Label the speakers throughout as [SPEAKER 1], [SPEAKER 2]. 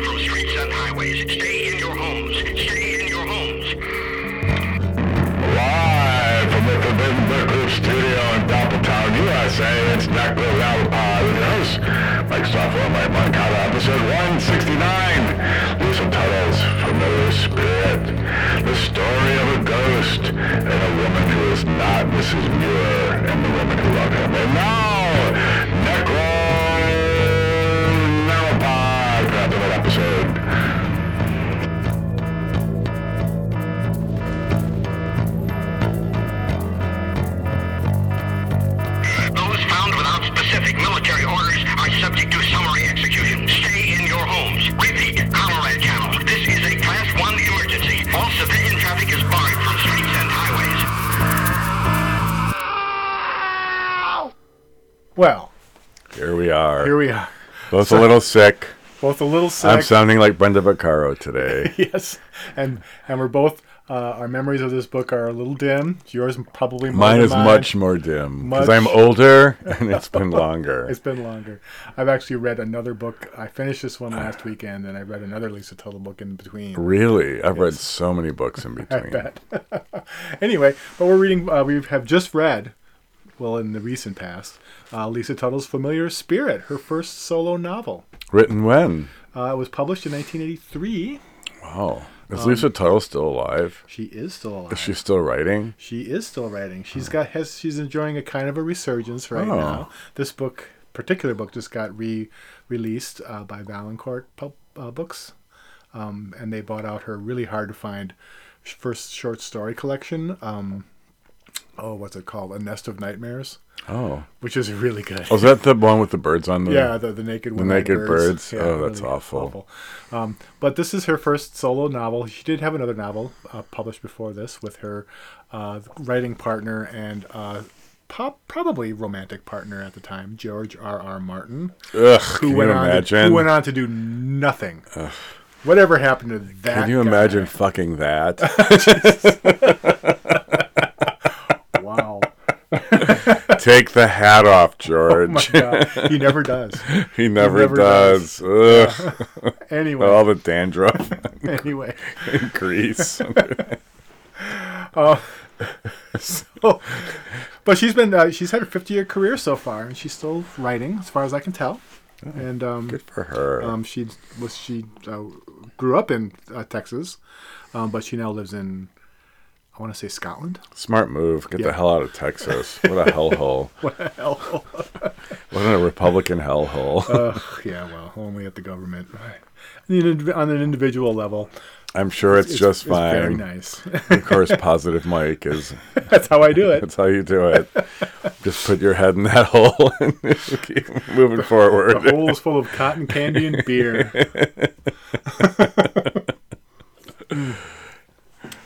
[SPEAKER 1] on highways. Stay in your homes. Stay in your homes.
[SPEAKER 2] Live from the Forbidden Book Group studio in Doppeltown, USA, it's Dr. Lalapod, your host, Mike Software, Mike Moncada, episode 169. Listen titles, Familiar Spirit, the story of a ghost, and a woman who is not Mrs. Muir, and the woman who loved him. And now, Necro Lalapod, grab another episode.
[SPEAKER 1] Those found without specific military orders are subject to summary execution. Stay in your homes. Repeat, Colorado Channel. This is a Class 1 emergency. All civilian traffic is barred from streets and highways.
[SPEAKER 3] Well,
[SPEAKER 2] Here we are.
[SPEAKER 3] here we are.
[SPEAKER 2] Both a little sick.
[SPEAKER 3] Both a little sick.
[SPEAKER 2] I'm sounding like Brenda Vaccaro today.
[SPEAKER 3] Yes, and and we're both. Uh, our memories of this book are a little dim. Yours probably more
[SPEAKER 2] Mine
[SPEAKER 3] than
[SPEAKER 2] is much more dim because
[SPEAKER 3] Much-
[SPEAKER 2] I'm older and it's been longer.
[SPEAKER 3] It's been longer. I've actually read another book. I finished this one last weekend, and I read another Lisa Tuttle book in between.
[SPEAKER 2] Really, I've read so many books in between.
[SPEAKER 3] Anyway, but we're reading. Uh, we have just read, well, in the recent past, uh, Lisa Tuttle's *Familiar Spirit*, her first solo novel.
[SPEAKER 2] Written when?
[SPEAKER 3] Uh, it was published in 1983.
[SPEAKER 2] Wow. Is
[SPEAKER 3] Um,
[SPEAKER 2] Lisa Tuttle still alive?
[SPEAKER 3] She is still alive.
[SPEAKER 2] Is she still writing?
[SPEAKER 3] She is still writing. She's got has she's enjoying a kind of a resurgence right
[SPEAKER 2] Oh.
[SPEAKER 3] now. This book, particular book, just got re released uh, by Valancourt Pub, uh, Books, um, and they bought out her really hard to find sh- first short story collection. Um, oh, what's it called? A Nest of Nightmares,
[SPEAKER 2] Oh.
[SPEAKER 3] which is really good.
[SPEAKER 2] Was Oh, that the one with the birds on the?
[SPEAKER 3] Yeah, the, the naked the
[SPEAKER 2] Naked Birds. Oh, that's awful.
[SPEAKER 3] Um, but this is her first solo novel. She did have another novel uh, published before this with her uh, writing partner and uh, pop, probably romantic partner at the time, George R. R. Martin,
[SPEAKER 2] Ugh.
[SPEAKER 3] who
[SPEAKER 2] can
[SPEAKER 3] went
[SPEAKER 2] you
[SPEAKER 3] on
[SPEAKER 2] imagine?
[SPEAKER 3] To, who went on to do nothing. Whatever happened to that?
[SPEAKER 2] can you
[SPEAKER 3] guy? Oh
[SPEAKER 2] imagine fucking that?
[SPEAKER 3] Wow.
[SPEAKER 2] Take the hat off,
[SPEAKER 3] Oh
[SPEAKER 2] George.
[SPEAKER 3] Yeah, he never does.
[SPEAKER 2] he, never
[SPEAKER 3] never
[SPEAKER 2] does.
[SPEAKER 3] does.
[SPEAKER 2] Ugh.
[SPEAKER 3] Anyway,
[SPEAKER 2] All the dandruff
[SPEAKER 3] anyway.
[SPEAKER 2] and grease.
[SPEAKER 3] So, but she's been uh, she's had her 50 year career so far, and she's still writing, as far as I can tell. And um,
[SPEAKER 2] Oh, Good for her.
[SPEAKER 3] Um, she was she uh, grew up in uh, Texas, um, but she now lives in I want to say Scotland.
[SPEAKER 2] Smart move. Get the
[SPEAKER 3] Yeah.
[SPEAKER 2] hell out of Texas. What a hellhole.
[SPEAKER 3] What the hell?
[SPEAKER 2] What a Republican hellhole.
[SPEAKER 3] Uh, yeah, well, only at the government. On an indiv- on an individual level,
[SPEAKER 2] I'm sure it's, just
[SPEAKER 3] it's very
[SPEAKER 2] fine.
[SPEAKER 3] nice.
[SPEAKER 2] Of course, positive Mike is
[SPEAKER 3] That's how I do it.
[SPEAKER 2] that's how you do it. just put your head in that hole and keep moving
[SPEAKER 3] The
[SPEAKER 2] forward.
[SPEAKER 3] hole is full of cotton candy and beer.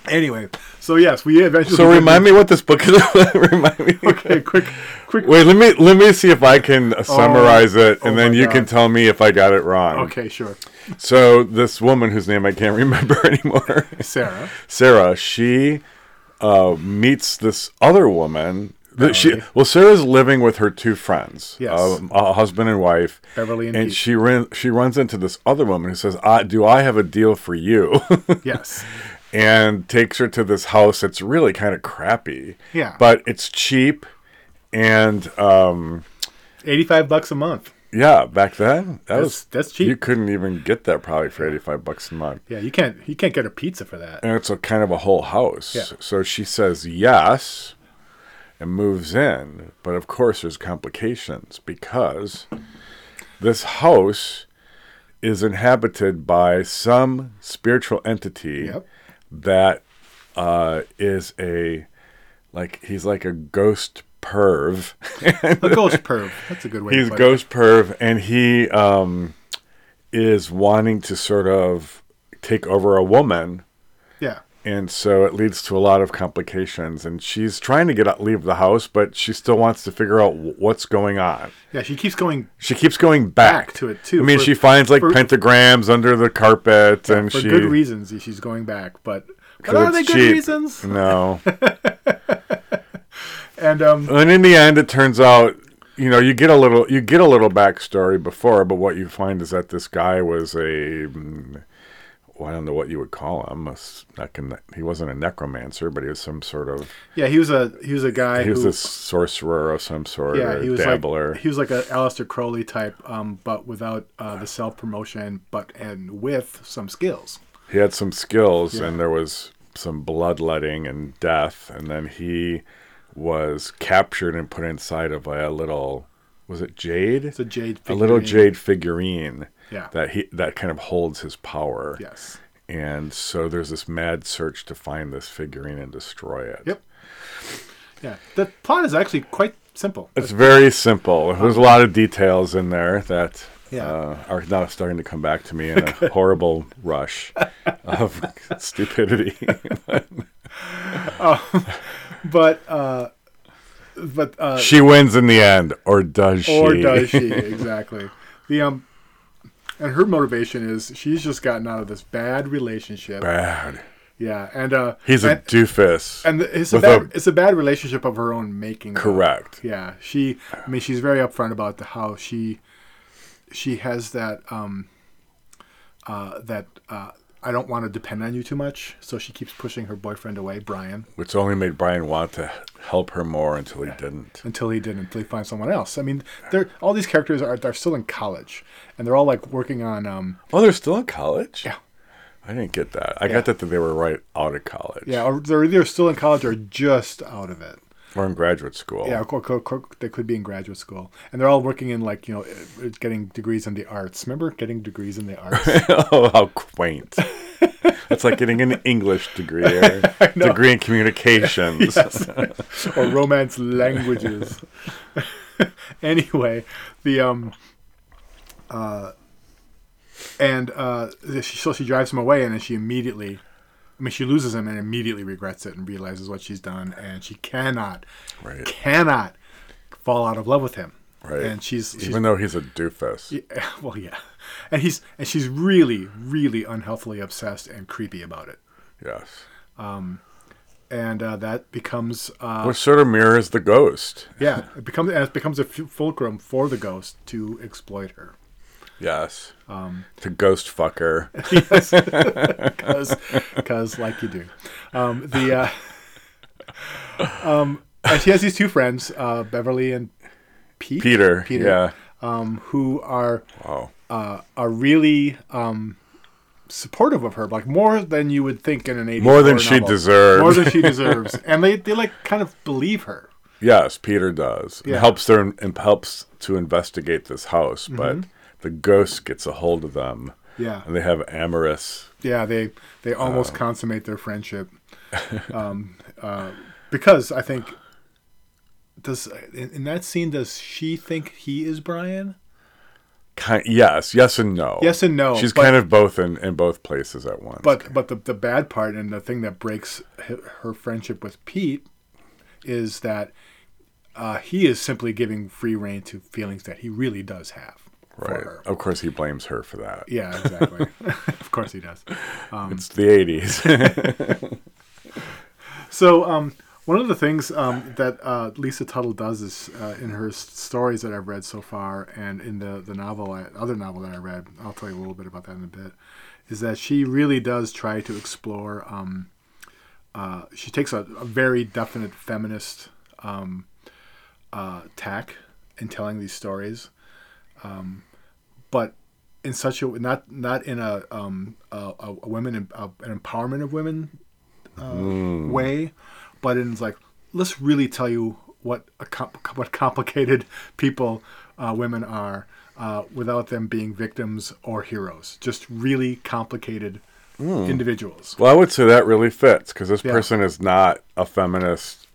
[SPEAKER 3] anyway, so yes, we eventually.
[SPEAKER 2] So remind me what this book is. remind me.
[SPEAKER 3] Okay, quick, quick.
[SPEAKER 2] Wait, let me let me see if I can uh, summarize it, and
[SPEAKER 3] oh
[SPEAKER 2] then
[SPEAKER 3] my
[SPEAKER 2] you
[SPEAKER 3] God.
[SPEAKER 2] can tell me if I got it wrong.
[SPEAKER 3] Okay, sure.
[SPEAKER 2] So this woman whose name I can't remember anymore.
[SPEAKER 3] Sarah.
[SPEAKER 2] Sarah, she uh, meets this other woman. that She well, Sarah's living with her two friends,
[SPEAKER 3] Yes.
[SPEAKER 2] um, a husband and wife,
[SPEAKER 3] Beverly and Keith.
[SPEAKER 2] she ran, she runs into this other woman who says, I, "Do I have a deal for you?"
[SPEAKER 3] Yes.
[SPEAKER 2] and takes her to this house that's really kind of crappy.
[SPEAKER 3] Yeah.
[SPEAKER 2] but it's cheap, and um,
[SPEAKER 3] 85 bucks a month.
[SPEAKER 2] yeah, back then that
[SPEAKER 3] That's-
[SPEAKER 2] was
[SPEAKER 3] that's cheap.
[SPEAKER 2] You couldn't even get that probably for eighty five bucks a month.
[SPEAKER 3] Yeah, you can't you can't get a pizza for that.
[SPEAKER 2] and it's a kind of a whole house.
[SPEAKER 3] Yeah.
[SPEAKER 2] So she says yes and moves in, but of course there's complications because this house is inhabited by some spiritual entity
[SPEAKER 3] Yep.
[SPEAKER 2] that uh, is a like he's like a ghost perv.
[SPEAKER 3] A ghost perv. That's a good way.
[SPEAKER 2] he's
[SPEAKER 3] to put
[SPEAKER 2] ghost perv, and he um, is wanting to sort of take over a woman.
[SPEAKER 3] It. Yeah.
[SPEAKER 2] And so it leads to a lot of complications. And she's trying to get out, leave the house, but she still wants to figure out wh- what's going on.
[SPEAKER 3] Yeah, she keeps going
[SPEAKER 2] She keeps going back,
[SPEAKER 3] Back to it, too,
[SPEAKER 2] I mean,
[SPEAKER 3] for-
[SPEAKER 2] she finds like
[SPEAKER 3] for-
[SPEAKER 2] pentagrams under the carpet, and
[SPEAKER 3] for
[SPEAKER 2] she
[SPEAKER 3] good reasons. She's going back, but, but
[SPEAKER 2] 'cause
[SPEAKER 3] are
[SPEAKER 2] it's
[SPEAKER 3] they good
[SPEAKER 2] cheap.
[SPEAKER 3] reasons?
[SPEAKER 2] No.
[SPEAKER 3] And um
[SPEAKER 2] and in the end, it turns out, you know, you get a little, you get a little backstory before, but what you find is that this guy was a mm, well, I don't know what you would call him. A s- like a ne- he wasn't a necromancer, but he was some sort of
[SPEAKER 3] Yeah, he was a he was a guy
[SPEAKER 2] he was
[SPEAKER 3] who
[SPEAKER 2] a sorcerer of some sort,
[SPEAKER 3] yeah
[SPEAKER 2] or
[SPEAKER 3] he was
[SPEAKER 2] dabbler.
[SPEAKER 3] like he was like a Aleister Crowley type, um, but without uh, the self promotion, but and with some skills.
[SPEAKER 2] he had some skills and there was some bloodletting and death and then he was captured and put inside of a little was it jade
[SPEAKER 3] It's a jade.
[SPEAKER 2] a little
[SPEAKER 3] figurine.
[SPEAKER 2] jade figurine
[SPEAKER 3] Yeah.
[SPEAKER 2] that he that kind of holds his power
[SPEAKER 3] Yes.
[SPEAKER 2] and so there's this mad search to find this figurine and destroy it
[SPEAKER 3] Yep. Yeah. The plot is actually quite simple.
[SPEAKER 2] it's very simple there's a lot of details in there that
[SPEAKER 3] Yeah.
[SPEAKER 2] uh, are now starting to come back to me in a horrible rush of stupidity
[SPEAKER 3] But uh, but uh,
[SPEAKER 2] she wins in the end, or does she?
[SPEAKER 3] or does she exactly? The um, and her motivation is she's just gotten out of this bad relationship.
[SPEAKER 2] Bad.
[SPEAKER 3] Yeah, and uh,
[SPEAKER 2] He's a
[SPEAKER 3] and,
[SPEAKER 2] doofus.
[SPEAKER 3] and it's a
[SPEAKER 2] with
[SPEAKER 3] bad
[SPEAKER 2] a-
[SPEAKER 3] it's a bad relationship of her own making. though.
[SPEAKER 2] Correct.
[SPEAKER 3] Yeah, she. I mean, she's very upfront about the how she she has that um uh that uh I don't want to depend on you too much, so she keeps pushing her boyfriend away, Brian.
[SPEAKER 2] Which only made Brian want to help her more until he didn't.
[SPEAKER 3] until he didn't until he finds someone else i mean they're all these characters are they're still in college and they're all like working on um
[SPEAKER 2] Oh, they're still in college?
[SPEAKER 3] Yeah.
[SPEAKER 2] I didn't get that. I got that, that they were right out of college.
[SPEAKER 3] yeah or they're either still in college or just out of it
[SPEAKER 2] Or in graduate school.
[SPEAKER 3] yeah or, or, or they could be in graduate school and they're all working in like you know eh, getting degrees in the arts remember getting degrees in the arts
[SPEAKER 2] oh, how quaint. That's like getting an English degree or degree in communications.
[SPEAKER 3] or romance languages. anyway, the um, uh, and uh, she, so she drives him away, and then she immediately, I mean, she loses him and immediately regrets it and realizes what she's done, and she cannot,
[SPEAKER 2] Right.
[SPEAKER 3] cannot fall out of love with him.
[SPEAKER 2] Right.
[SPEAKER 3] And she's, she's
[SPEAKER 2] Even though he's a doofus.
[SPEAKER 3] well, yeah, and he's and she's really, really unhealthily obsessed and creepy about it,
[SPEAKER 2] Yes.
[SPEAKER 3] and uh, that becomes uh,
[SPEAKER 2] Which sort of mirrors the ghost.
[SPEAKER 3] Yeah, it becomes and it becomes a fu- fulcrum for the ghost to exploit her
[SPEAKER 2] Yes. Um, the ghost fucker.
[SPEAKER 3] because, like you do, um, the uh, um, and she has these two friends, uh, Beverly and Pete,
[SPEAKER 2] Peter.
[SPEAKER 3] Peter,
[SPEAKER 2] Yeah. Oh.
[SPEAKER 3] um, who are
[SPEAKER 2] Wow.
[SPEAKER 3] uh, are really um, supportive of her, like more than you would think in an 84
[SPEAKER 2] More than she
[SPEAKER 3] novel.
[SPEAKER 2] deserved.
[SPEAKER 3] more than she deserves, and they they like kind of believe her.
[SPEAKER 2] Yes, Peter does. It
[SPEAKER 3] Yeah. Mm-hmm.
[SPEAKER 2] helps their and helps to investigate this house, but the ghost gets a hold of them.
[SPEAKER 3] Yeah.
[SPEAKER 2] and they have amorous.
[SPEAKER 3] yeah they they almost consummate their friendship um, uh, because i think does in, in that scene does she think he is brian
[SPEAKER 2] Kind, yes, yes, and no.
[SPEAKER 3] Yes and no,
[SPEAKER 2] She's
[SPEAKER 3] but-
[SPEAKER 2] kind of both in, in both places at once.
[SPEAKER 3] but but the, the bad part and the thing that breaks h- her friendship with pete is that uh, he is simply giving free rein to feelings that he really does have
[SPEAKER 2] right,
[SPEAKER 3] for her
[SPEAKER 2] of course, he blames her for that.
[SPEAKER 3] yeah exactly of course he does
[SPEAKER 2] It's the eighties.
[SPEAKER 3] So um, one of the things um, that uh, Lisa Tuttle does is uh, in her s- stories that I've read so far, and in the the novel, I, other novel that I read, I'll tell you a little bit about that in a bit, is that she really does try to explore. Um, uh, she takes a, a very definite feminist um, uh, tack in telling these stories, um, but in such a not not in a um, a, a a women a, an empowerment of women
[SPEAKER 2] Mm.
[SPEAKER 3] way, but it's like let's really tell you what a com- what complicated people uh, women are uh, without them being victims or heroes. Just really complicated
[SPEAKER 2] Mm.
[SPEAKER 3] individuals.
[SPEAKER 2] well, I would say that really fits because this
[SPEAKER 3] Yeah.
[SPEAKER 2] person is not a feminist.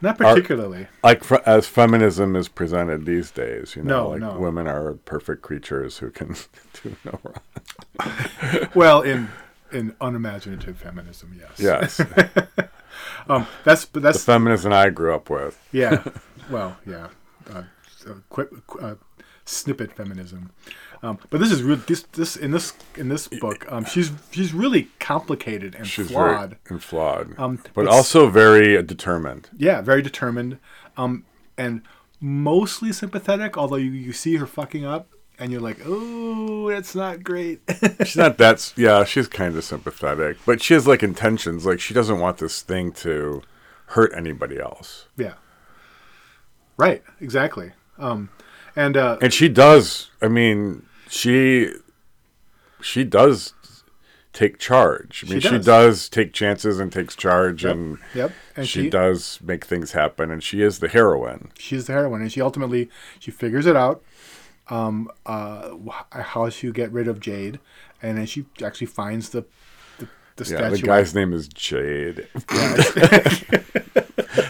[SPEAKER 3] Not particularly.
[SPEAKER 2] Like fr- as feminism is presented these days, you know,
[SPEAKER 3] No,
[SPEAKER 2] like
[SPEAKER 3] no.
[SPEAKER 2] women are perfect creatures who can do no wrong.
[SPEAKER 3] well, in in unimaginative feminism, yes.
[SPEAKER 2] Yes,
[SPEAKER 3] Um, that's but that's
[SPEAKER 2] feminism I grew up with.
[SPEAKER 3] yeah. Well, yeah. Uh, so quick, uh, snippet feminism, um, but this is real. This this in this in this book, um, she's she's really complicated and
[SPEAKER 2] She's
[SPEAKER 3] flawed.
[SPEAKER 2] very and flawed,
[SPEAKER 3] Um,
[SPEAKER 2] but,
[SPEAKER 3] but s-
[SPEAKER 2] also very uh, determined.
[SPEAKER 3] Yeah, very determined, um, and mostly sympathetic. Although you, you see her fucking up, and you're like, "Oh, that's not great."
[SPEAKER 2] She's not that. s- Yeah, she's kind of sympathetic, but she has like intentions. Like she doesn't want this thing to hurt anybody else,
[SPEAKER 3] yeah. Right. Exactly. Um, and uh,
[SPEAKER 2] and she does. I mean, she she does take charge. I mean, she does,
[SPEAKER 3] does.
[SPEAKER 2] take chances and takes charge, and
[SPEAKER 3] yep. And
[SPEAKER 2] she,
[SPEAKER 3] she,
[SPEAKER 2] does make things happen. And she is the heroine.
[SPEAKER 3] she's the heroine, and she ultimately she figures it out. Um, uh, wh- how she get rid of Jade, and then she actually finds the the, the
[SPEAKER 2] Yeah,
[SPEAKER 3] statue.
[SPEAKER 2] the guy's name is Jade.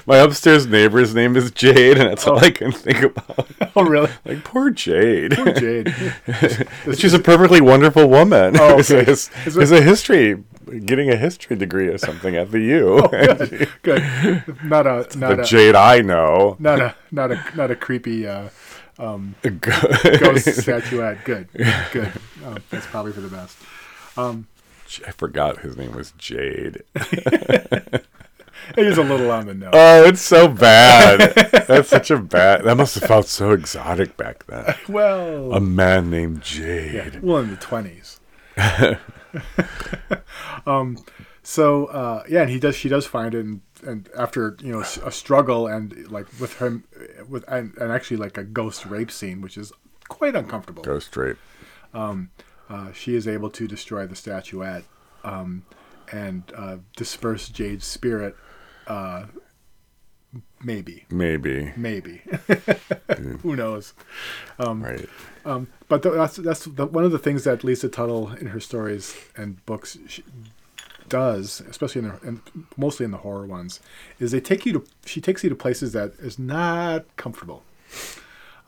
[SPEAKER 2] My upstairs neighbor's name is Jade, and that's all I can think about.
[SPEAKER 3] oh, really?
[SPEAKER 2] Like poor Jade.
[SPEAKER 3] Jade.
[SPEAKER 2] But She's a perfectly wonderful woman.
[SPEAKER 3] Oh,
[SPEAKER 2] Is
[SPEAKER 3] okay.
[SPEAKER 2] a, his-
[SPEAKER 3] Is
[SPEAKER 2] is a history, getting a history degree or something at the U.
[SPEAKER 3] Oh, Good. Not a not
[SPEAKER 2] the
[SPEAKER 3] a
[SPEAKER 2] Jade I know.
[SPEAKER 3] not a not a not a creepy uh, ghost
[SPEAKER 2] I
[SPEAKER 3] statuette. Good, good. Um, that's probably for the best.
[SPEAKER 2] forgot his name was Jade.
[SPEAKER 3] It is a little on the nose.
[SPEAKER 2] Oh, it's so bad. That's such a bad. That must have felt so exotic back then.
[SPEAKER 3] well,
[SPEAKER 2] A man named Jade.
[SPEAKER 3] well, in the twenties. um, so uh, yeah, and he does. She does find it, and, and after you know s- a struggle and like with him, with and, and actually like a ghost rape scene, which is quite uncomfortable.
[SPEAKER 2] Ghost rape.
[SPEAKER 3] Uh, she is able to destroy the statuette um, and uh, disperse Jade's spirit. Uh, maybe,
[SPEAKER 2] Maybe.
[SPEAKER 3] maybe, who knows?
[SPEAKER 2] Right.
[SPEAKER 3] Um, but th- that's that's the, one of the things that Lisa Tuttle in her stories and books she does, especially in the and mostly in the horror ones, is they take you to she takes you to places that is not comfortable.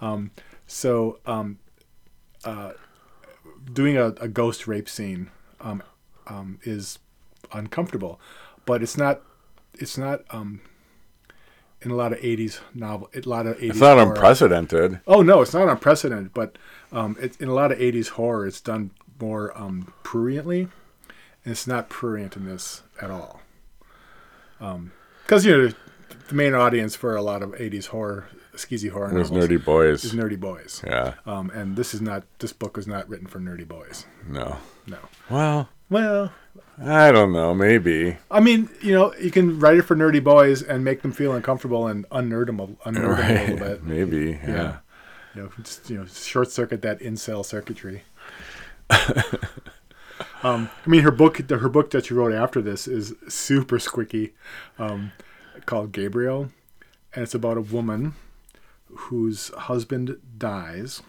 [SPEAKER 3] Um, so um, uh, doing a, a ghost rape scene um, um, is uncomfortable, but it's not it's not um, in a lot of '80s novel, a lot of '80s.
[SPEAKER 2] It's not
[SPEAKER 3] horror.
[SPEAKER 2] unprecedented.
[SPEAKER 3] Oh no, it's not unprecedented, but um, it, in a lot of '80s horror, it's done more um, pruriently, and it's not prurient in this at all. Because you know, the main audience for a lot of '80s horror, skeezy horror,
[SPEAKER 2] It was
[SPEAKER 3] novels
[SPEAKER 2] nerdy
[SPEAKER 3] is
[SPEAKER 2] boys.
[SPEAKER 3] nerdy boys.
[SPEAKER 2] Yeah.
[SPEAKER 3] Um, and this is not. This book was not written for nerdy boys.
[SPEAKER 2] No.
[SPEAKER 3] No.
[SPEAKER 2] Well,
[SPEAKER 3] Well,
[SPEAKER 2] I don't know. Maybe.
[SPEAKER 3] I mean, you know, you can write it for nerdy boys and make them feel uncomfortable and unnerd them, a, unnerd them a little
[SPEAKER 2] Right.
[SPEAKER 3] bit.
[SPEAKER 2] Maybe. yeah.
[SPEAKER 3] you know, just, you know, short circuit that incel circuitry. um, I mean, her book, her book that she wrote after this is super squicky, um, called Gabriel, and it's about a woman whose husband dies,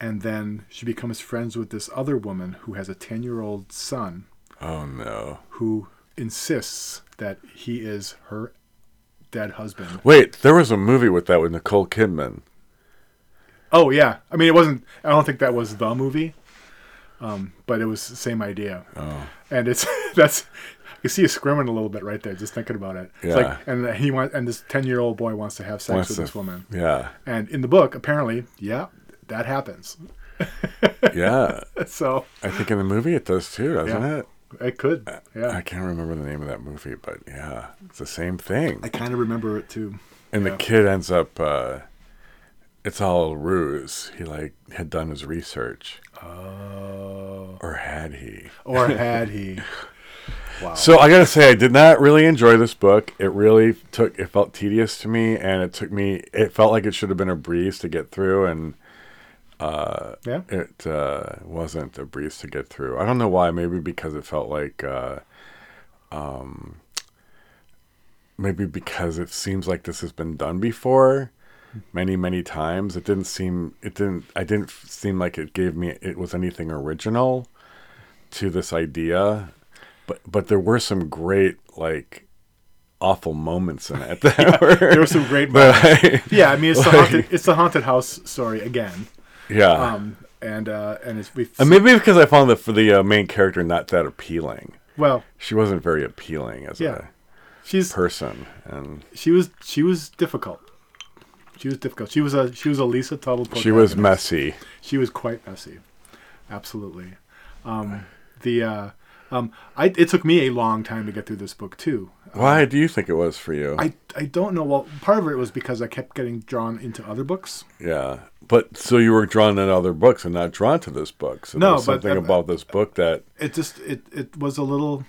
[SPEAKER 3] and then she becomes friends with this other woman who has a ten-year-old son
[SPEAKER 2] Oh no.
[SPEAKER 3] who insists that he is her dead husband.
[SPEAKER 2] Wait, there was a movie with that with Nicole Kidman.
[SPEAKER 3] Oh yeah, I mean it wasn't. I don't think that was the movie, um, but it was the same idea. Oh. And it's that's you see us squirming a little bit right there just thinking about it. It's
[SPEAKER 2] Yeah.
[SPEAKER 3] like and he wants and this ten year old boy wants to have sex
[SPEAKER 2] Wants
[SPEAKER 3] with
[SPEAKER 2] to-
[SPEAKER 3] this woman.
[SPEAKER 2] Yeah.
[SPEAKER 3] And in the book, apparently, yeah, that happens.
[SPEAKER 2] Yeah.
[SPEAKER 3] So
[SPEAKER 2] I think in the movie it does too, doesn't
[SPEAKER 3] Yeah.
[SPEAKER 2] it?
[SPEAKER 3] it could. Yeah.
[SPEAKER 2] I can't remember the name of that movie, but yeah, it's the same thing.
[SPEAKER 3] I kind of remember it too.
[SPEAKER 2] And the kid ends up uh it's all a ruse. He like had done his research.
[SPEAKER 3] Oh.
[SPEAKER 2] Or had he?
[SPEAKER 3] Or had he?
[SPEAKER 2] So I gotta say, I did not really enjoy this book. It really took. It felt tedious to me, and it took me. It felt like it should have been a breeze to get through, and
[SPEAKER 3] Yeah.
[SPEAKER 2] it uh, wasn't a breeze to get through. I don't know why. Maybe because it felt like, uh, um, maybe because it seems like this has been done before many many times. It didn't seem. It didn't. I didn't f- seem like it gave me. It was anything original to this idea, but but there were some great like awful moments in it that were.
[SPEAKER 3] There were some great. moments.
[SPEAKER 2] But,
[SPEAKER 3] Yeah, I mean it's the haunted, it's the haunted house story again,
[SPEAKER 2] yeah.
[SPEAKER 3] um, and uh, and it's we.
[SPEAKER 2] And maybe because I found the for the uh, main character not that appealing.
[SPEAKER 3] Well,
[SPEAKER 2] She wasn't very appealing as
[SPEAKER 3] Yeah. she's
[SPEAKER 2] a person, and
[SPEAKER 3] she was she was difficult. She was difficult. She was a she was a Lisa Tuttle.
[SPEAKER 2] she was
[SPEAKER 3] protagonist.
[SPEAKER 2] messy.
[SPEAKER 3] She was quite messy, absolutely. Um, the uh, Um, I, it took me a long time to get through this book too.
[SPEAKER 2] Why do you think it was for you?
[SPEAKER 3] I, I don't know. Well, part of it was because I kept getting drawn into other books.
[SPEAKER 2] yeah. But so you were drawn to other books and not drawn to this book. So
[SPEAKER 3] No,
[SPEAKER 2] there was
[SPEAKER 3] but,
[SPEAKER 2] something
[SPEAKER 3] um,
[SPEAKER 2] about this book that
[SPEAKER 3] It just it it was a little,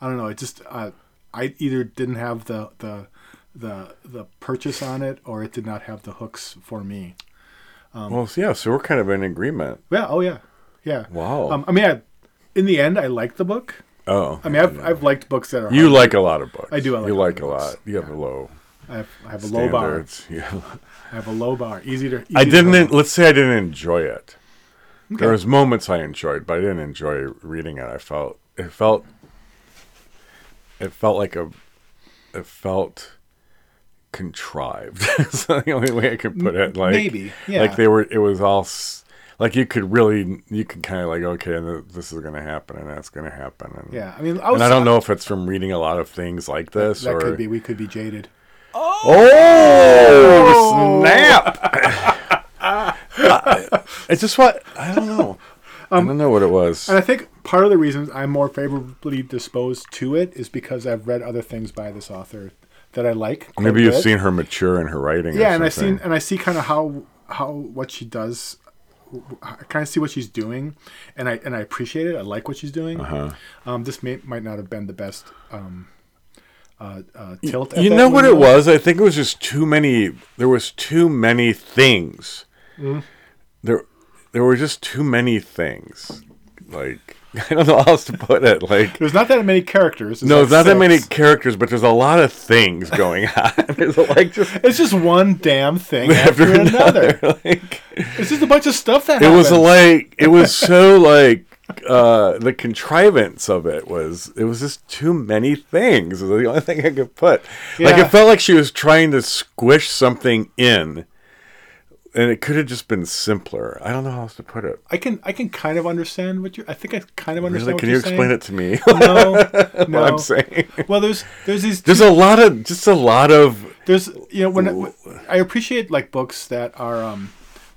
[SPEAKER 3] I don't know. It just uh, I either didn't have the the the the purchase on it or it did not have the hooks for me. um,
[SPEAKER 2] well, so yeah. So we're kind of in agreement.
[SPEAKER 3] Yeah. Oh yeah. Yeah.
[SPEAKER 2] Wow.
[SPEAKER 3] Um, I mean, I, in the end, I liked the book.
[SPEAKER 2] Oh,
[SPEAKER 3] I mean, I've, I've liked books that are
[SPEAKER 2] you like a lot of books.
[SPEAKER 3] I do, I like
[SPEAKER 2] you
[SPEAKER 3] a lot
[SPEAKER 2] like
[SPEAKER 3] of
[SPEAKER 2] a
[SPEAKER 3] books.
[SPEAKER 2] lot. You have a low
[SPEAKER 3] I have, I have a low bar.
[SPEAKER 2] standards. Yeah.
[SPEAKER 3] I have a low bar. Easy to. Easy
[SPEAKER 2] I
[SPEAKER 3] to
[SPEAKER 2] didn't.
[SPEAKER 3] handle.
[SPEAKER 2] Let's say I didn't enjoy it.
[SPEAKER 3] Okay.
[SPEAKER 2] There was moments I enjoyed, but I didn't enjoy reading it. I felt it felt it felt like a it felt contrived. That's the only way I could put it. Like
[SPEAKER 3] maybe, yeah.
[SPEAKER 2] Like they were. It was all s- like you could really you could kind of like okay, th- this is going to happen and that's going to happen. And,
[SPEAKER 3] Yeah. I mean, I,
[SPEAKER 2] And
[SPEAKER 3] was,
[SPEAKER 2] I don't know if it's from reading a lot of things like this
[SPEAKER 3] That
[SPEAKER 2] or
[SPEAKER 3] could be. We could be jaded.
[SPEAKER 2] Oh, snap! it's just what I don't know. I don't know what it was.
[SPEAKER 3] Um, And I think part of the reasons I'm more favorably disposed to it is because I've read other things by this author that I like. quite a
[SPEAKER 2] Maybe you've
[SPEAKER 3] bit.
[SPEAKER 2] seen her mature in her writing.
[SPEAKER 3] Yeah,
[SPEAKER 2] or
[SPEAKER 3] and I
[SPEAKER 2] something.
[SPEAKER 3] seen and I see kind of how how what she does. I kind of see what she's doing, and I and I appreciate it. I like what she's doing.
[SPEAKER 2] Uh-huh.
[SPEAKER 3] Um, this may, might not have been the best um, uh, uh, tilt. at
[SPEAKER 2] You
[SPEAKER 3] that
[SPEAKER 2] know what it
[SPEAKER 3] window.
[SPEAKER 2] was? I think it was just too many. There was too many things.
[SPEAKER 3] Mm-hmm.
[SPEAKER 2] There, there were just too many things. Like I don't know how else to put it. Like
[SPEAKER 3] There's not that many characters. There's
[SPEAKER 2] no,
[SPEAKER 3] like
[SPEAKER 2] there's not that many
[SPEAKER 3] six.
[SPEAKER 2] characters, but there's a lot of things going on. there's like just
[SPEAKER 3] It's just one damn thing after, another.
[SPEAKER 2] like,
[SPEAKER 3] It's just a bunch of stuff that
[SPEAKER 2] it was
[SPEAKER 3] happens.
[SPEAKER 2] like it was so like uh the contrivance of it was it was just too many things is the only thing i could put like
[SPEAKER 3] Yeah.
[SPEAKER 2] it felt like she was trying to squish something in and it could have just been simpler i don't know how else to put it
[SPEAKER 3] I can I can kind of understand what you. I think I kind of understand.
[SPEAKER 2] really
[SPEAKER 3] what
[SPEAKER 2] can
[SPEAKER 3] you're
[SPEAKER 2] you explain it
[SPEAKER 3] saying.
[SPEAKER 2] to me
[SPEAKER 3] No, no.
[SPEAKER 2] what i'm saying
[SPEAKER 3] Well, there's there's these
[SPEAKER 2] there's a lot of just a lot of
[SPEAKER 3] there's you know when I- I appreciate like books that are um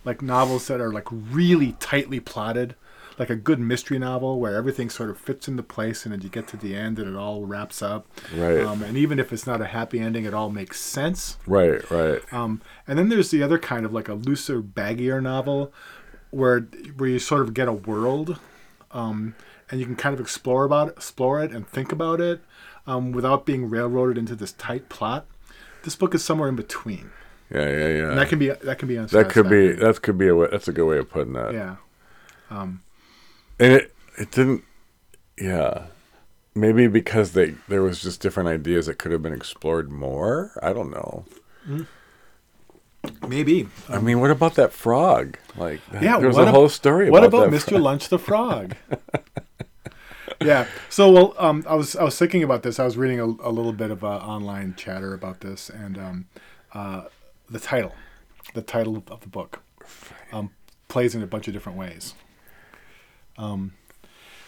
[SPEAKER 3] like novels that are like really tightly plotted, like a good mystery novel where everything sort of fits into place and then you get to the end and it all wraps up.
[SPEAKER 2] Right.
[SPEAKER 3] Um, and even if it's not a happy ending, it all makes sense.
[SPEAKER 2] right right
[SPEAKER 3] Um, and then there's the other kind of like a looser, baggier novel, where where you sort of get a world, um, and you can kind of explore about it, explore it, and think about it, um, without being railroaded into this tight plot. This book is somewhere in between.
[SPEAKER 2] yeah yeah yeah
[SPEAKER 3] And that can be that can be
[SPEAKER 2] Uh, that could be
[SPEAKER 3] unsatisfactory.
[SPEAKER 2] that could be a way, that's a good way of putting that
[SPEAKER 3] yeah.
[SPEAKER 2] and it it didn't yeah maybe because they there was just different ideas that could have been explored more i don't know
[SPEAKER 3] Maybe.
[SPEAKER 2] i mean what about that frog like that-
[SPEAKER 3] Yeah.
[SPEAKER 2] there was
[SPEAKER 3] what
[SPEAKER 2] a
[SPEAKER 3] ab-
[SPEAKER 2] whole story
[SPEAKER 3] What
[SPEAKER 2] about,
[SPEAKER 3] about
[SPEAKER 2] that
[SPEAKER 3] Mr.
[SPEAKER 2] frog.
[SPEAKER 3] Lunch the Frog? yeah. So well, um, I was I was thinking about this. I was reading a, a little bit of uh, online chatter about this and um, uh, the title, the title of the book, um, plays in a bunch of different ways. Um,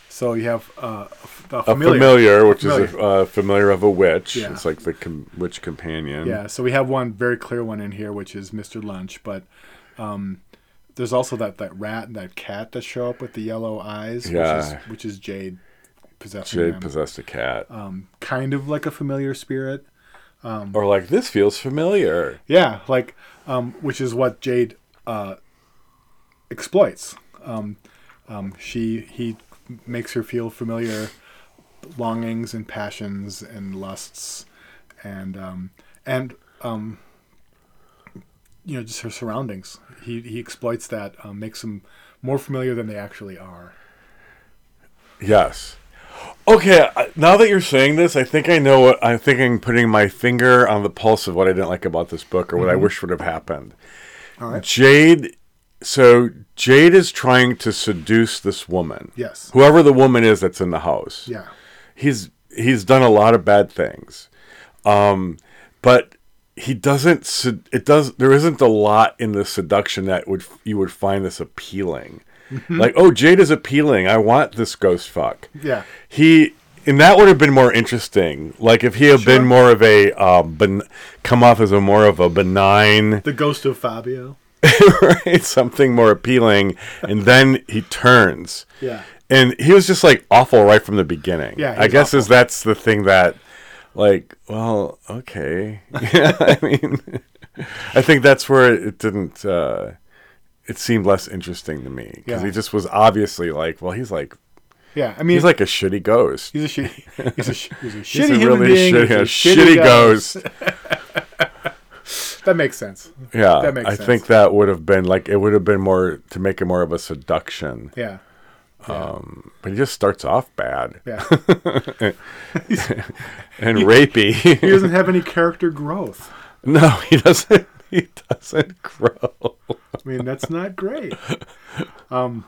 [SPEAKER 3] so you have uh, a
[SPEAKER 2] a
[SPEAKER 3] familiar.
[SPEAKER 2] familiar, which is a
[SPEAKER 3] Familiar.
[SPEAKER 2] uh, familiar of a witch
[SPEAKER 3] Yeah.
[SPEAKER 2] it's like the com- witch companion
[SPEAKER 3] Yeah, so we have one very clear one in here, which is Mr. Lunch, but um, there's also that, that rat and that cat that show up with the yellow eyes,
[SPEAKER 2] Yeah.
[SPEAKER 3] which, is, which is Jade possessing
[SPEAKER 2] jade
[SPEAKER 3] them.
[SPEAKER 2] possessed a cat
[SPEAKER 3] um, kind of like a familiar spirit.
[SPEAKER 2] or like this feels familiar
[SPEAKER 3] Yeah, like um, which is what Jade uh, exploits. Um, um, she he makes her feel familiar longings and passions and lusts and um, and um, you know just her surroundings. He he exploits that um, makes them more familiar than they actually are.
[SPEAKER 2] Yes. Okay, I- now that you're saying this, I think I know what I think I'm putting my finger on the pulse of what I didn't like about this book or what I wish would have happened. All
[SPEAKER 3] Mm-hmm. right.
[SPEAKER 2] Jade so Jade is trying to seduce this woman.
[SPEAKER 3] Yes.
[SPEAKER 2] Whoever the woman is that's in the house.
[SPEAKER 3] Yeah.
[SPEAKER 2] He's he's done a lot of bad things. Um but he doesn't sed- it does there isn't a lot in the seduction that would you would find this appealing.
[SPEAKER 3] Mm-hmm.
[SPEAKER 2] Like, oh, Jade is appealing. I want this ghost fuck
[SPEAKER 3] Yeah.
[SPEAKER 2] he and that would have been more interesting like if he had been more of a um ben, come off as a more of a benign
[SPEAKER 3] The ghost of Fabio.
[SPEAKER 2] right? Something more appealing. And then he turns.
[SPEAKER 3] Yeah.
[SPEAKER 2] And he was just like awful right from the beginning.
[SPEAKER 3] Yeah, he
[SPEAKER 2] I
[SPEAKER 3] was
[SPEAKER 2] guess is that's the thing that, like, well, okay. Yeah, I mean, I think that's where it didn't. Uh, it seemed less interesting to me because
[SPEAKER 3] Yeah.
[SPEAKER 2] he just was obviously like, well, he's like
[SPEAKER 3] Yeah, I mean,
[SPEAKER 2] he's like a shitty ghost.
[SPEAKER 3] he's a shit, he's a, sh- he's a shitty
[SPEAKER 2] He's a
[SPEAKER 3] human
[SPEAKER 2] really
[SPEAKER 3] being.
[SPEAKER 2] shitty,
[SPEAKER 3] he's a
[SPEAKER 2] shitty ghost.
[SPEAKER 3] That makes sense.
[SPEAKER 2] Yeah,
[SPEAKER 3] That makes
[SPEAKER 2] I
[SPEAKER 3] sense.
[SPEAKER 2] think that would have been like it would have been more to make it more of a seduction.
[SPEAKER 3] Yeah,
[SPEAKER 2] But he just starts off bad
[SPEAKER 3] yeah.
[SPEAKER 2] and rapey.
[SPEAKER 3] He doesn't have any character growth.
[SPEAKER 2] No, he doesn't. He doesn't grow.
[SPEAKER 3] I mean, that's not great. Um,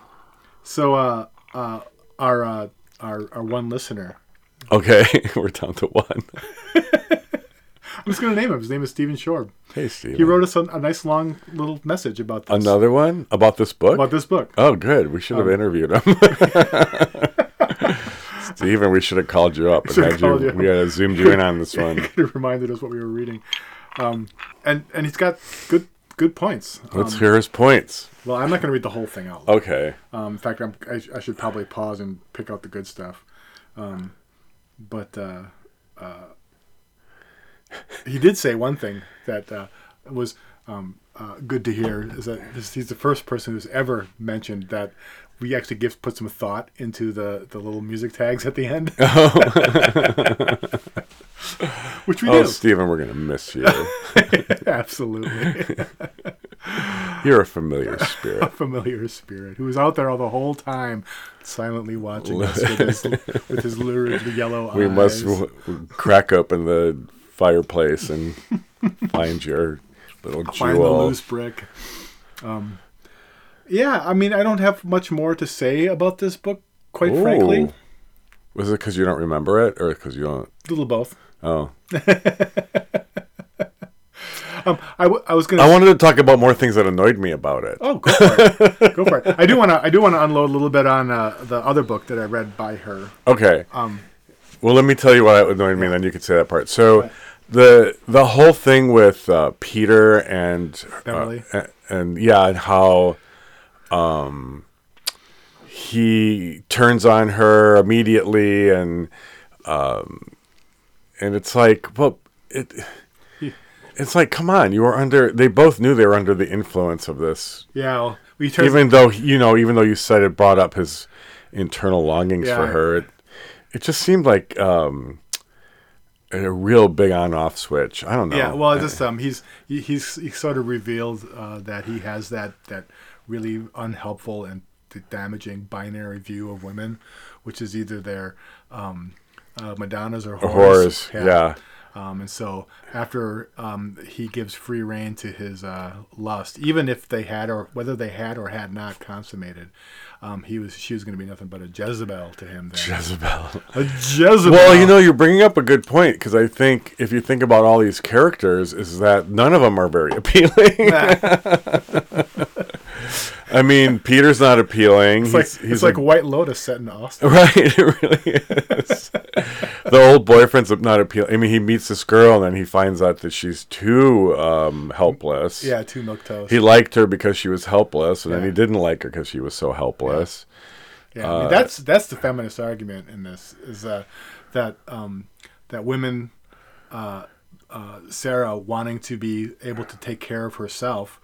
[SPEAKER 3] so uh, uh, our uh, our our one listener.
[SPEAKER 2] Okay, we're down to one.
[SPEAKER 3] I'm just gonna name him. His name is Stephen Shore.
[SPEAKER 2] Hey, Steve.
[SPEAKER 3] He wrote us a, a nice long little message about this
[SPEAKER 2] another one about this book.
[SPEAKER 3] about this Um, book.
[SPEAKER 2] Oh, good. We should have interviewed him. Steven, we should have called you up and
[SPEAKER 3] Should've
[SPEAKER 2] had you,
[SPEAKER 3] called you.
[SPEAKER 2] we had uh, zoomed you in on this one.
[SPEAKER 3] it reminded us what we were reading. Um, and and he's got good good points. Um,
[SPEAKER 2] Let's hear his points.
[SPEAKER 3] well, I'm not gonna read the whole thing out. loud.
[SPEAKER 2] Okay.
[SPEAKER 3] Um, in fact, I'm, I, I should probably pause and pick out the good stuff. Um, but uh, uh, he did say one thing that uh, was um, uh, good to hear is that this, he's the first person who's ever mentioned that we actually gives put some thought into the, the little music tags at the end, which we
[SPEAKER 2] Oh,
[SPEAKER 3] do
[SPEAKER 2] Steven, we're going to miss you.
[SPEAKER 3] absolutely.
[SPEAKER 2] You're a familiar spirit.
[SPEAKER 3] familiar spirit who was out there all the whole time, silently watching us with his, with his lurid yellow eyes.
[SPEAKER 2] We must w- w- crack open the fireplace and find your little
[SPEAKER 3] find the
[SPEAKER 2] jewel.
[SPEAKER 3] loose brick. Um, yeah, I mean, I don't have much more to say about this book, quite frankly.
[SPEAKER 2] Ooh.
[SPEAKER 3] A
[SPEAKER 2] Was it because you don't remember it or because you don't?
[SPEAKER 3] little both.
[SPEAKER 2] Oh.
[SPEAKER 3] I, w- I was gonna.
[SPEAKER 2] I wanted to talk about more things that annoyed me about it.
[SPEAKER 3] oh, go for it. go for it. I do want to. I do want to unload a little bit on uh, the other book that I read by her.
[SPEAKER 2] Okay. well, let me tell you what annoyed me, and then you can say that part. So, the the whole thing with uh, Peter and uh,
[SPEAKER 3] Beverly.
[SPEAKER 2] a- and yeah, and how um, he turns on her immediately, and um, and it's like, well, it. It's like, come on! You were under. They both knew they were under the influence of this
[SPEAKER 3] Yeah, well, we turns,
[SPEAKER 2] even though you know, even though you said it brought up his internal longings for
[SPEAKER 3] Yeah.
[SPEAKER 2] her, it, it just seemed like um, a real big on-off switch. I don't know.
[SPEAKER 3] Yeah, well, just um, he's he- he's he sort of revealed uh, that he has that that really unhelpful and d- damaging binary view of women, which is either they're um, uh, Madonnas or whores.
[SPEAKER 2] horrors. yeah.
[SPEAKER 3] Um, and so after um, he gives free rein to his uh, lust, even if they had or whether they had or had not consummated, um, he was she was going to be nothing but a Jezebel to him. Then.
[SPEAKER 2] Jezebel.
[SPEAKER 3] a Jezebel.
[SPEAKER 2] Well, you know, you're bringing up a good point because I think if you think about all these characters, is that none of them are very appealing. I mean, Peter's not appealing.
[SPEAKER 3] it's like,
[SPEAKER 2] he's
[SPEAKER 3] it's
[SPEAKER 2] he's
[SPEAKER 3] like
[SPEAKER 2] a-
[SPEAKER 3] White Lotus set in Austin.
[SPEAKER 2] Right, it really is. the old boyfriend's not appealing. I mean, he meets this girl and then he finds out that she's too um, helpless.
[SPEAKER 3] Yeah, two milk toast.
[SPEAKER 2] He liked her because she was helpless, and then he
[SPEAKER 3] Yeah.
[SPEAKER 2] didn't like her because she was so helpless.
[SPEAKER 3] Yeah,
[SPEAKER 2] Uh,
[SPEAKER 3] I mean, that's that's the feminist argument in this is that that um, that women, uh, uh, Sarah wanting to be able to take care of herself,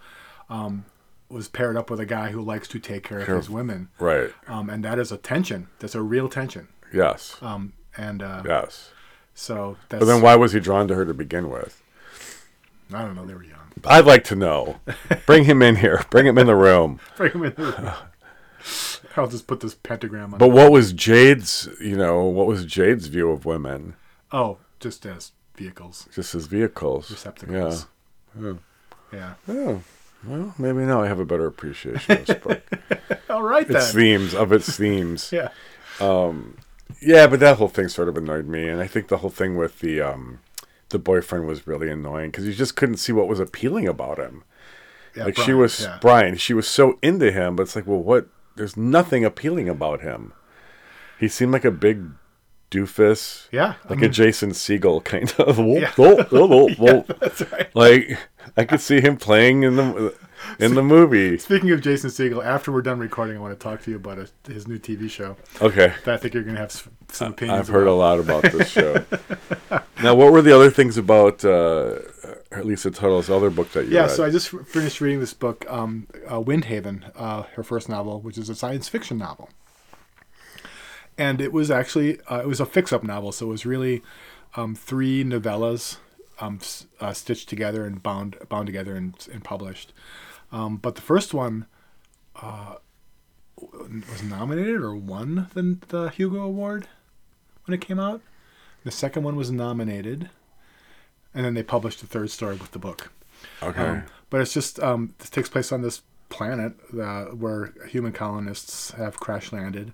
[SPEAKER 3] um, was paired up with a guy who likes to take care of his women,
[SPEAKER 2] Right.
[SPEAKER 3] um, and that is a tension. That's a real tension.
[SPEAKER 2] Yes.
[SPEAKER 3] Um, and uh,
[SPEAKER 2] yes.
[SPEAKER 3] so that's
[SPEAKER 2] But then why was he drawn to her to begin with?
[SPEAKER 3] I don't know. They were young.
[SPEAKER 2] I'd like to know. Bring him in here. Bring him in the room.
[SPEAKER 3] Bring 'em in the room. I'll just put this pentagram on.
[SPEAKER 2] But what was Jade's? You know, what was Jade's view of women?
[SPEAKER 3] oh, just as vehicles,
[SPEAKER 2] Just as vehicles.
[SPEAKER 3] receptacles. Yeah.
[SPEAKER 2] Yeah. Well, maybe now I have a better appreciation of this book.
[SPEAKER 3] All right then.
[SPEAKER 2] its themes of its themes.
[SPEAKER 3] yeah.
[SPEAKER 2] Yeah, but that whole thing sort of annoyed me, and I think the whole thing with the um, the boyfriend was really annoying because you just couldn't see what was appealing about him.
[SPEAKER 3] yeah.
[SPEAKER 2] like she
[SPEAKER 3] Brian,
[SPEAKER 2] was
[SPEAKER 3] yeah.
[SPEAKER 2] Brian, she was so into him, but it's like, well, what? There's nothing appealing about him. He seemed like a big doofus.
[SPEAKER 3] Yeah, I
[SPEAKER 2] like a
[SPEAKER 3] mean-
[SPEAKER 2] Jason Siegel kind of. Whoop,
[SPEAKER 3] Yeah.
[SPEAKER 2] whoop, whoop, whoop, whoop.
[SPEAKER 3] That's right.
[SPEAKER 2] Like I could see him playing in the in the movie.
[SPEAKER 3] Speaking of Jason Siegel, after we're done recording, I want to talk to you about a, his new TV show.
[SPEAKER 2] Okay.
[SPEAKER 3] that I think you're going to have s- some opinions.
[SPEAKER 2] I've heard
[SPEAKER 3] about.
[SPEAKER 2] a lot about this show. now, what were the other things about uh, Lisa Tuttle's other book that you
[SPEAKER 3] Yeah,
[SPEAKER 2] read?
[SPEAKER 3] so I just f- finished reading this book, um, uh, Windhaven, uh, her first novel, which is a science fiction novel. And it was actually uh, it was a fix-up novel, so it was really um, three novellas um, s- uh, stitched together and bound bound together and, and published. Um, but the first one uh, w- was nominated or won the, the Hugo Award when it came out. The second one was nominated, and then they published the third story with the book.
[SPEAKER 2] okay.
[SPEAKER 3] Um, but it's just um, this takes place on this planet uh, where human colonists have crash landed,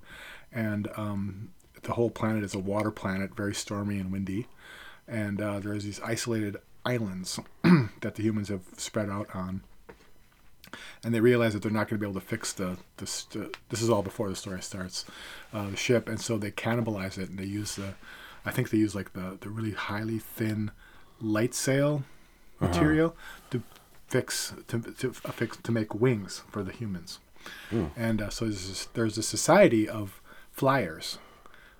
[SPEAKER 3] and um, the whole planet is a water planet, very stormy and windy, and uh, there's these isolated islands that the humans have spread out on. And they realize that they're not going to be able to fix the, the st- this is all before the story starts, uh, the ship, and so they cannibalize it and they use the, I think they use like the the really highly thin light sail
[SPEAKER 2] Uh-huh.
[SPEAKER 3] material to fix to, to uh, fix to make wings for the humans.
[SPEAKER 2] Hmm.
[SPEAKER 3] And uh, so there's this, there's a society of flyers,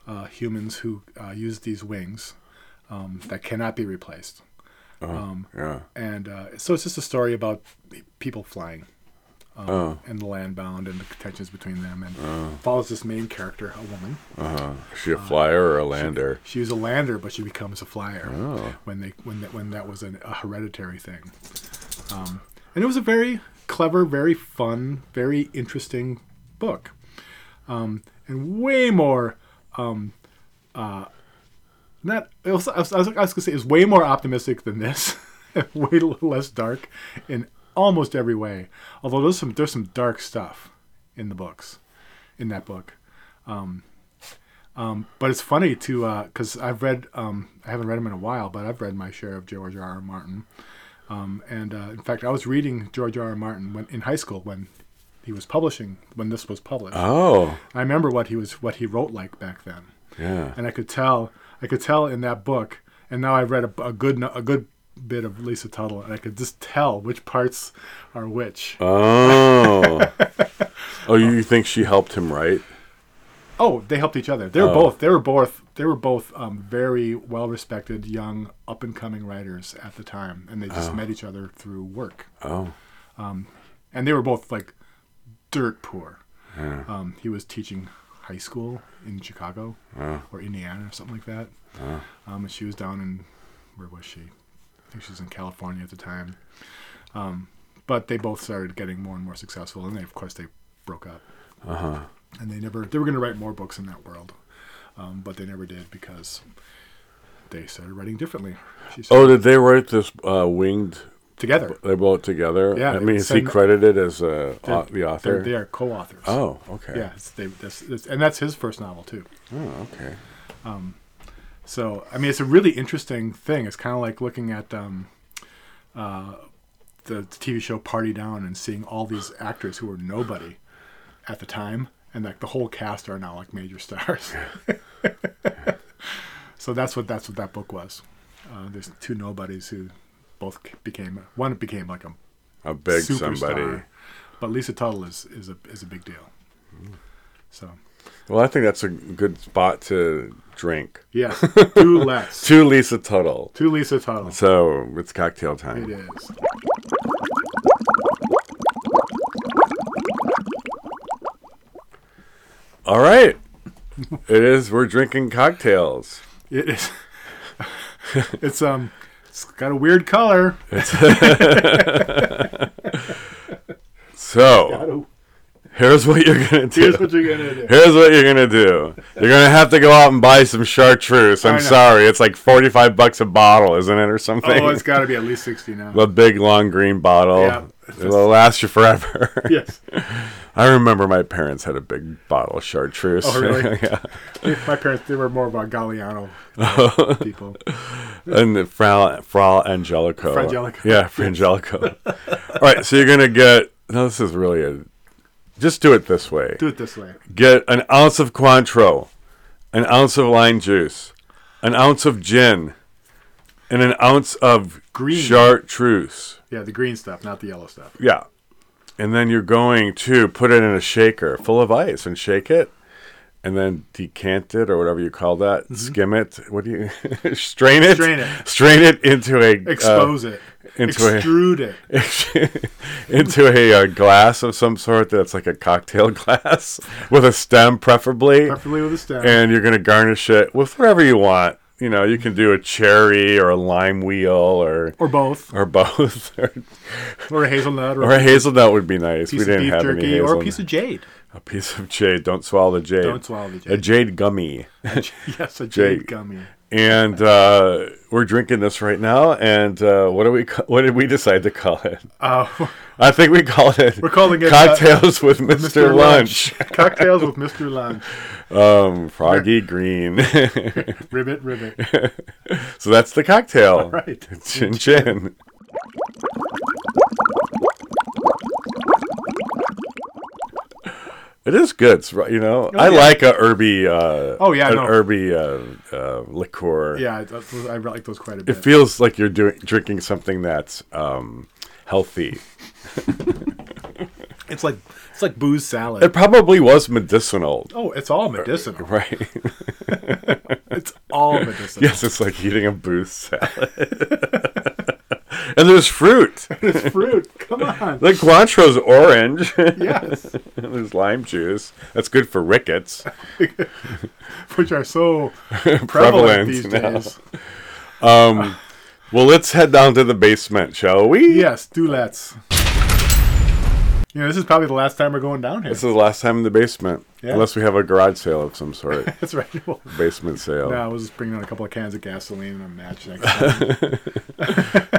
[SPEAKER 3] uh, humans who uh, use these wings um, that cannot be replaced.
[SPEAKER 2] Uh-huh.
[SPEAKER 3] Um,
[SPEAKER 2] yeah.
[SPEAKER 3] And uh, so it's just a story about people flying um,
[SPEAKER 2] oh,
[SPEAKER 3] and the land bound and the tensions between them, and follows this main character, a woman.
[SPEAKER 2] is she a flyer or a lander?
[SPEAKER 3] She was a lander, but she becomes a flyer
[SPEAKER 2] Oh.
[SPEAKER 3] when they when that when that was an, a hereditary thing. Um, and it was a very clever, very fun, very interesting book, um, and way more. Um, uh, not it was, I, was, I was I was gonna say it's way more optimistic than this, way l- less dark in almost every way. Although there's some there's some dark stuff in the books, in that book. Um, But it's funny to because I've read um, I haven't read him in a while, but I've read my share of George R. R. Martin. Um, and uh, in fact, I was reading George R. R. Martin when, in high school when he was publishing when this was published.
[SPEAKER 2] Oh,
[SPEAKER 3] I remember what he was what he wrote like back then,
[SPEAKER 2] yeah.
[SPEAKER 3] and I could tell I could tell in that book. And now I've read a, a good no- a good bit of Lisa Tuttle, and I could just tell which parts are which.
[SPEAKER 2] Oh. oh, you think she helped him write?
[SPEAKER 3] Oh, they helped each other. They were both. They were both. They were both um, very well respected, young, up and coming writers at the time, and they just met each other through work.
[SPEAKER 2] Oh,
[SPEAKER 3] And they were both like dirt poor. Um, he was teaching high school in Chicago or Indiana or something like that. Um, and she was down in where was she? I think she was in California at the time. Um, but they both started getting more and more successful, and they, of course they broke up.
[SPEAKER 2] Uh-huh.
[SPEAKER 3] And they never they were going to write more books in that world, um, but they never did because they started writing differently. She started
[SPEAKER 2] oh! Did they write this uh, winged?
[SPEAKER 3] together.
[SPEAKER 2] They wrote together.
[SPEAKER 3] Yeah,
[SPEAKER 2] I
[SPEAKER 3] they
[SPEAKER 2] mean, is he
[SPEAKER 3] send-
[SPEAKER 2] credited as uh, au- the author?
[SPEAKER 3] They're, they are co-authors.
[SPEAKER 2] Oh, okay.
[SPEAKER 3] Yeah, it's, they, that's, that's, and that's his first novel too.
[SPEAKER 2] Oh, okay.
[SPEAKER 3] So I mean, it's a really interesting thing. It's kind of like looking at um, uh, the TV show Party Down and seeing all these actors who were nobody at the time, and like the whole cast are now like major stars. so that's what that's what that book was. Uh, there's two nobodies who both became one became like a
[SPEAKER 2] A big
[SPEAKER 3] superstar,
[SPEAKER 2] somebody.
[SPEAKER 3] but Lisa Tuttle is is a is a big deal.
[SPEAKER 2] Hmm.
[SPEAKER 3] So
[SPEAKER 2] Well, I think that's a good spot to drink.
[SPEAKER 3] yeah, two less.
[SPEAKER 2] To Lisa Tuttle.
[SPEAKER 3] Two Lisa Tuttle.
[SPEAKER 2] So it's cocktail time.
[SPEAKER 3] It is.
[SPEAKER 2] All right. it is. We're drinking cocktails.
[SPEAKER 3] It is. it's um. It's got a weird color.
[SPEAKER 2] So here's what you're gonna do.
[SPEAKER 3] Here's what you're gonna do.
[SPEAKER 2] Here's what you're gonna do. You're gonna have to go out and buy some chartreuse.
[SPEAKER 3] I
[SPEAKER 2] I'm
[SPEAKER 3] know.
[SPEAKER 2] sorry, it's like 45 bucks a bottle, isn't it, or something?
[SPEAKER 3] Oh, it's got to be at least sixty now.
[SPEAKER 2] the big long green bottle.
[SPEAKER 3] Yeah.
[SPEAKER 2] It'll last you forever.
[SPEAKER 3] yes.
[SPEAKER 2] I remember my parents had a big bottle of chartreuse.
[SPEAKER 3] Oh, really?
[SPEAKER 2] yeah.
[SPEAKER 3] My parents they were more of a Galliano people.
[SPEAKER 2] And the Fra, Fra Angelico.
[SPEAKER 3] Frangelico.
[SPEAKER 2] Yeah, Frangelico. All right, so you're going to get. No, this is really a. Just do it this way.
[SPEAKER 3] Do it this way.
[SPEAKER 2] Get an ounce of Cointreau, an ounce of lime juice, an ounce of gin, and an ounce of
[SPEAKER 3] Green.
[SPEAKER 2] chartreuse.
[SPEAKER 3] Yeah, the green stuff, not the yellow stuff.
[SPEAKER 2] Yeah. and then you're going to put it in a shaker full of ice and shake it, and then decant it or whatever you call that, skim it. What do you strain it?
[SPEAKER 3] Mm-hmm.
[SPEAKER 2] Strain
[SPEAKER 3] Strain it.
[SPEAKER 2] it into a uh,
[SPEAKER 3] Expose it.
[SPEAKER 2] into a-
[SPEAKER 3] Extrude it.
[SPEAKER 2] into a, uh glass of some sort that's like a cocktail glass with a stem, preferably.
[SPEAKER 3] Preferably with a stem.
[SPEAKER 2] And you're going to garnish it with whatever you want. You know, you can do a cherry or a lime wheel or
[SPEAKER 3] or both.
[SPEAKER 2] or both. or,
[SPEAKER 3] Or a hazelnut. Or,
[SPEAKER 2] or
[SPEAKER 3] a
[SPEAKER 2] a hazelnut would be nice.
[SPEAKER 3] piece
[SPEAKER 2] we
[SPEAKER 3] of
[SPEAKER 2] didn't
[SPEAKER 3] beef
[SPEAKER 2] have any
[SPEAKER 3] jerky.
[SPEAKER 2] hazelnut.
[SPEAKER 3] Or a piece of jade.
[SPEAKER 2] a piece of jade. Don't swallow the jade.
[SPEAKER 3] Don't swallow the
[SPEAKER 2] A
[SPEAKER 3] jade.
[SPEAKER 2] jade gummy.
[SPEAKER 3] yes, a jade,
[SPEAKER 2] Jade.
[SPEAKER 3] gummy.
[SPEAKER 2] and uh, we're drinking this right now. And uh, what do we? ca- What did we decide to call it?
[SPEAKER 3] Uh,
[SPEAKER 2] I think we called it.
[SPEAKER 3] We're calling it, uh,
[SPEAKER 2] cocktails with Mr. Lunch.
[SPEAKER 3] Cocktails with Mr. Lunch.
[SPEAKER 2] Um, Froggy Green.
[SPEAKER 3] Ribbit, ribbit.
[SPEAKER 2] so that's the cocktail.
[SPEAKER 3] Right.
[SPEAKER 2] Chin chin. It is good, it's ri- you know. I
[SPEAKER 3] Oh, yeah.
[SPEAKER 2] like a herby. Uh,
[SPEAKER 3] Oh, yeah,
[SPEAKER 2] an
[SPEAKER 3] no.
[SPEAKER 2] herby uh, uh, liqueur.
[SPEAKER 3] Yeah, I- that's- I like those quite a
[SPEAKER 2] it
[SPEAKER 3] bit.
[SPEAKER 2] feels like you're doing drinking something that's um, healthy.
[SPEAKER 3] It's like it's like booze salad.
[SPEAKER 2] It probably was medicinal,
[SPEAKER 3] oh, it's all medicinal.
[SPEAKER 2] right?
[SPEAKER 3] It's all medicinal.
[SPEAKER 2] Yes, it's like eating a booth salad. and there's fruit.
[SPEAKER 3] It's fruit. Come on.
[SPEAKER 2] The Cointreau's orange.
[SPEAKER 3] Yes,
[SPEAKER 2] there's lime juice. That's good for rickets.
[SPEAKER 3] which are so prevalent,
[SPEAKER 2] Prevalent
[SPEAKER 3] these
[SPEAKER 2] now.
[SPEAKER 3] days.
[SPEAKER 2] Well, let's head down to the basement, shall we?
[SPEAKER 3] Yes, do let's. You know, this is probably the last time we're going down here.
[SPEAKER 2] This is the last time in the basement.
[SPEAKER 3] Yeah.
[SPEAKER 2] Unless we have a garage sale of some sort.
[SPEAKER 3] That's right. Well,
[SPEAKER 2] basement sale.
[SPEAKER 3] no, I was just bringing on a couple of cans of gasoline and a match next time.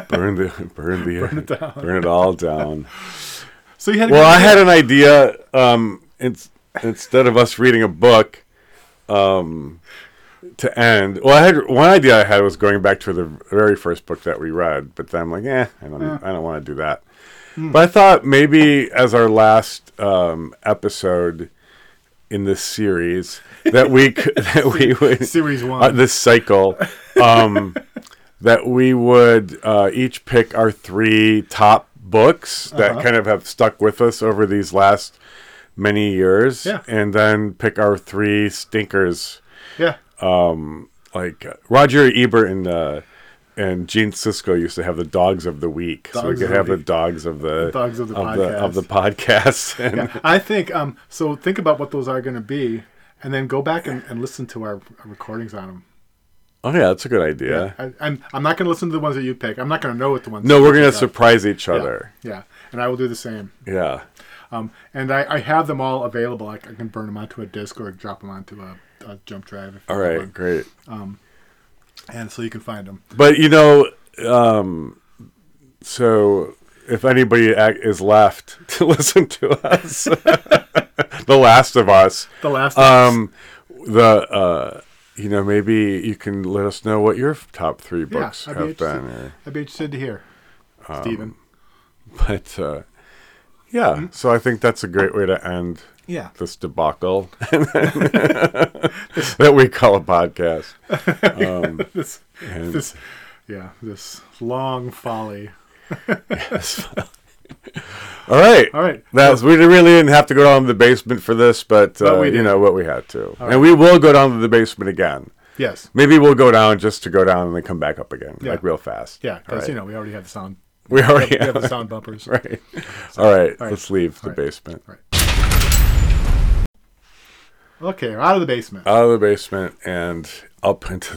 [SPEAKER 2] Burn the burn the burn
[SPEAKER 3] it down.
[SPEAKER 2] burn it all down.
[SPEAKER 3] So you had a
[SPEAKER 2] Well,
[SPEAKER 3] good
[SPEAKER 2] I had
[SPEAKER 3] idea.
[SPEAKER 2] an idea. Um, it's, instead of us reading a book, um, to end. Well, I had one idea. I had was going back to the very first book that we read, but then I'm like, eh, I don't, I don't want to do that.
[SPEAKER 3] Hmm.
[SPEAKER 2] But I thought maybe as our last um, episode in this series that we c- that we would
[SPEAKER 3] Series one.
[SPEAKER 2] uh, this cycle. Um, that we would uh, each pick our three top books that
[SPEAKER 3] Uh-huh.
[SPEAKER 2] kind of have stuck with us over these last many years,
[SPEAKER 3] Yeah.
[SPEAKER 2] and then pick our three stinkers.
[SPEAKER 3] yeah.
[SPEAKER 2] Like uh, Roger Ebert and uh, and Gene Siskel used to have the dogs of the week, so we
[SPEAKER 3] Dogs
[SPEAKER 2] could
[SPEAKER 3] of the
[SPEAKER 2] have the
[SPEAKER 3] week.
[SPEAKER 2] dogs of the,
[SPEAKER 3] dogs of the
[SPEAKER 2] of the podcast. And
[SPEAKER 3] Yeah, I think um. So think about what those are going to be, and then go back and, and listen to our recordings on them.
[SPEAKER 2] oh yeah, that's a good idea.
[SPEAKER 3] I, I'm I'm not going to listen to the ones that you pick. I'm not going to know what the ones.
[SPEAKER 2] No,
[SPEAKER 3] that
[SPEAKER 2] we're
[SPEAKER 3] you
[SPEAKER 2] gonna
[SPEAKER 3] pick are.
[SPEAKER 2] surprise each other.
[SPEAKER 3] Yeah, and I will do the same.
[SPEAKER 2] Yeah.
[SPEAKER 3] Um, and I, I have them all available. I, c- I can burn them onto a disk or drop them onto a, a jump drive. If
[SPEAKER 2] All
[SPEAKER 3] you
[SPEAKER 2] right,
[SPEAKER 3] want.
[SPEAKER 2] great.
[SPEAKER 3] And so you can find them.
[SPEAKER 2] But you know, um, so if anybody ac- is left to listen to us, the last of us,
[SPEAKER 3] The last. ones.
[SPEAKER 2] um, the uh, you know maybe you can let us know what your top three
[SPEAKER 3] Yeah,
[SPEAKER 2] books
[SPEAKER 3] I'd be
[SPEAKER 2] have been, Um,
[SPEAKER 3] interested.
[SPEAKER 2] or,
[SPEAKER 3] I'd be interested to hear, Stephen.
[SPEAKER 2] but uh, yeah,
[SPEAKER 3] Mm-hmm.
[SPEAKER 2] so I think that's a great way to end
[SPEAKER 3] Yeah.
[SPEAKER 2] this debacle that we call a podcast. Um,
[SPEAKER 3] This,
[SPEAKER 2] And-
[SPEAKER 3] this, yeah, this long folly.
[SPEAKER 2] All right.
[SPEAKER 3] All right.
[SPEAKER 2] That's we really didn't have to go down to the basement for this, but, uh,
[SPEAKER 3] we
[SPEAKER 2] you
[SPEAKER 3] did.
[SPEAKER 2] know what we had to, and we will go down to the basement again.
[SPEAKER 3] Yes.
[SPEAKER 2] Maybe we'll go down just to go down and then come back up again,
[SPEAKER 3] Yeah.
[SPEAKER 2] like real fast.
[SPEAKER 3] Yeah,
[SPEAKER 2] All
[SPEAKER 3] because
[SPEAKER 2] right.
[SPEAKER 3] you know we already have the sound.
[SPEAKER 2] we already
[SPEAKER 3] We have
[SPEAKER 2] have.
[SPEAKER 3] the sound bumpers.
[SPEAKER 2] right. All right,
[SPEAKER 3] right.
[SPEAKER 2] let's leave the
[SPEAKER 3] All right.
[SPEAKER 2] basement.
[SPEAKER 3] All right. Okay, we're out of the basement.
[SPEAKER 2] Out of the basement and up into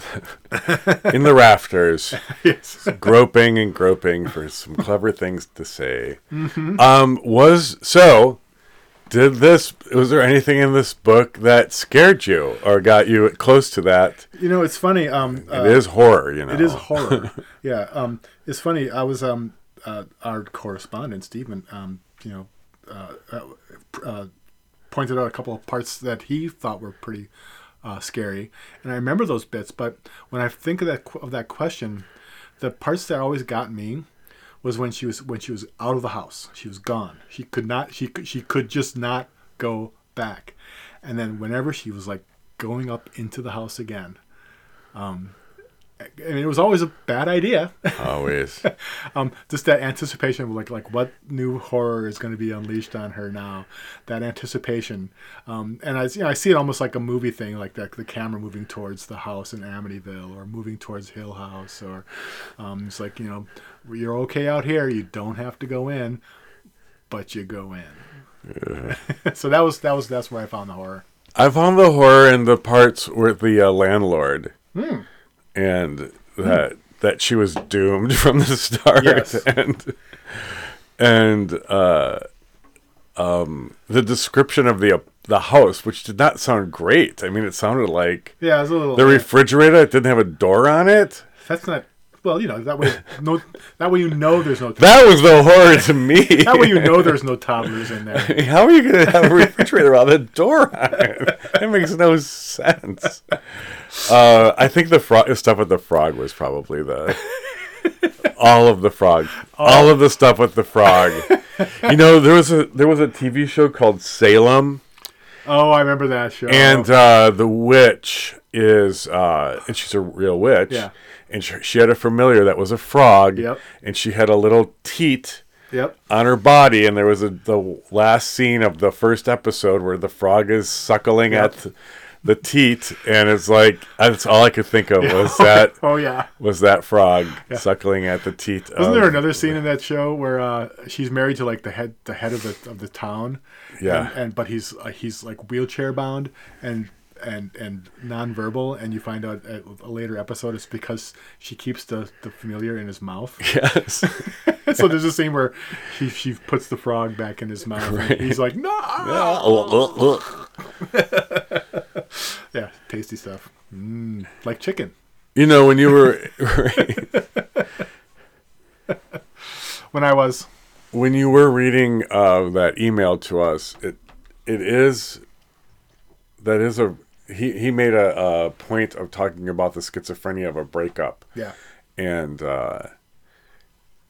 [SPEAKER 2] the in the rafters,
[SPEAKER 3] yes.
[SPEAKER 2] groping and groping for some clever things to say. Um, was so. Did this? Was there anything in this book that scared you or got you close to that?
[SPEAKER 3] You know, it's funny. Um, uh,
[SPEAKER 2] it is horror, you know.
[SPEAKER 3] It is horror. yeah. Um, it's funny. I was um, uh, our correspondent Stephen. Um, you know, uh, uh, uh, pointed out a couple of parts that he thought were pretty uh, scary, and I remember those bits. But when I think of that qu- of that question, the parts that always got me was when she was when she was out of the house. She was gone. She could not. She could, she could just not go back. And then whenever she was like going up into the house again, and it was always a bad idea.
[SPEAKER 2] Always.
[SPEAKER 3] um, just that anticipation of like like what new horror is going to be unleashed on her now. That anticipation, um, and I you know, I see it almost like a movie thing, like that the camera moving towards the house in Amityville or moving towards Hill House, or um, it's like you know you're okay out here. You don't have to go in, but you go in. so that was that was that's where I found the horror.
[SPEAKER 2] I found the horror in the parts with the uh, landlord,
[SPEAKER 3] Hmm.
[SPEAKER 2] and that that she was doomed from the start,
[SPEAKER 3] Yes.
[SPEAKER 2] and and uh, um, the description of the uh, the house, which did not sound great. I mean, it sounded like
[SPEAKER 3] Yeah, it was a little.
[SPEAKER 2] the refrigerator it didn't have a door on it.
[SPEAKER 3] that's not. Well, you know that way. No, that way you know there's no.
[SPEAKER 2] That was the horror to me.
[SPEAKER 3] That way you know there's no toddlers in there.
[SPEAKER 2] How are you going to have a refrigerator without a door on it? That makes no sense. Uh, I think the frog stuff with the frog was probably the all of the frog, all of the stuff with the frog. You know, there was a there was a TV show called Salem,
[SPEAKER 3] Oh, I remember that show.
[SPEAKER 2] and uh, the witch is uh, and she's a real witch,
[SPEAKER 3] Yeah.
[SPEAKER 2] and she, she had a familiar that was a frog,
[SPEAKER 3] Yep.
[SPEAKER 2] and she had a little teat
[SPEAKER 3] yep,
[SPEAKER 2] on her body and there was a, the last scene of the first episode where the frog is suckling
[SPEAKER 3] Yep.
[SPEAKER 2] at the, the teat and it's like that's all i could think of was that
[SPEAKER 3] oh yeah.
[SPEAKER 2] was that frog suckling at the teat of-
[SPEAKER 3] Wasn't there another scene in that show where uh, she's married to like the head, the head of the of the town?
[SPEAKER 2] Yeah.
[SPEAKER 3] and, and but he's uh, he's like wheelchair bound and and and nonverbal, and you find out at a later episode it's because she keeps the the familiar in his mouth.
[SPEAKER 2] yes
[SPEAKER 3] so there's a scene where she she puts the frog back in his mouth. And he's like, no, yeah, tasty stuff, mm, like chicken.
[SPEAKER 2] you know when you were
[SPEAKER 3] When I was
[SPEAKER 2] when you were reading uh, that email to us, it it is that is a he he made a, a point of talking about the schizophrenia of a breakup.
[SPEAKER 3] Yeah.
[SPEAKER 2] and uh,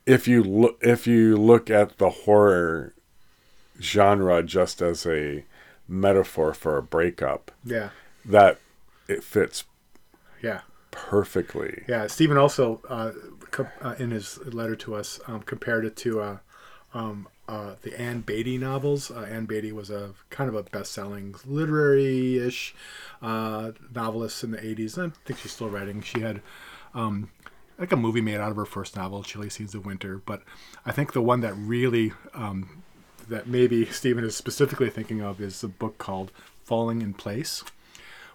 [SPEAKER 2] if you look if you look at the horror genre just as a metaphor for a breakup,
[SPEAKER 3] yeah,
[SPEAKER 2] that it fits
[SPEAKER 3] yeah.
[SPEAKER 2] perfectly.
[SPEAKER 3] Yeah, Stephen also uh, co- uh, in his letter to us um, compared it to uh, um, uh, the Anne Beatty novels. Uh, Anne Beatty was a kind of a best-selling literary-ish uh, novelist in the '80s. I think she's still writing. She had um, like a movie made out of her first novel, Chilly Seeds of Winter. But I think the one that really um, that maybe Stephen is specifically thinking of is a book called Falling in Place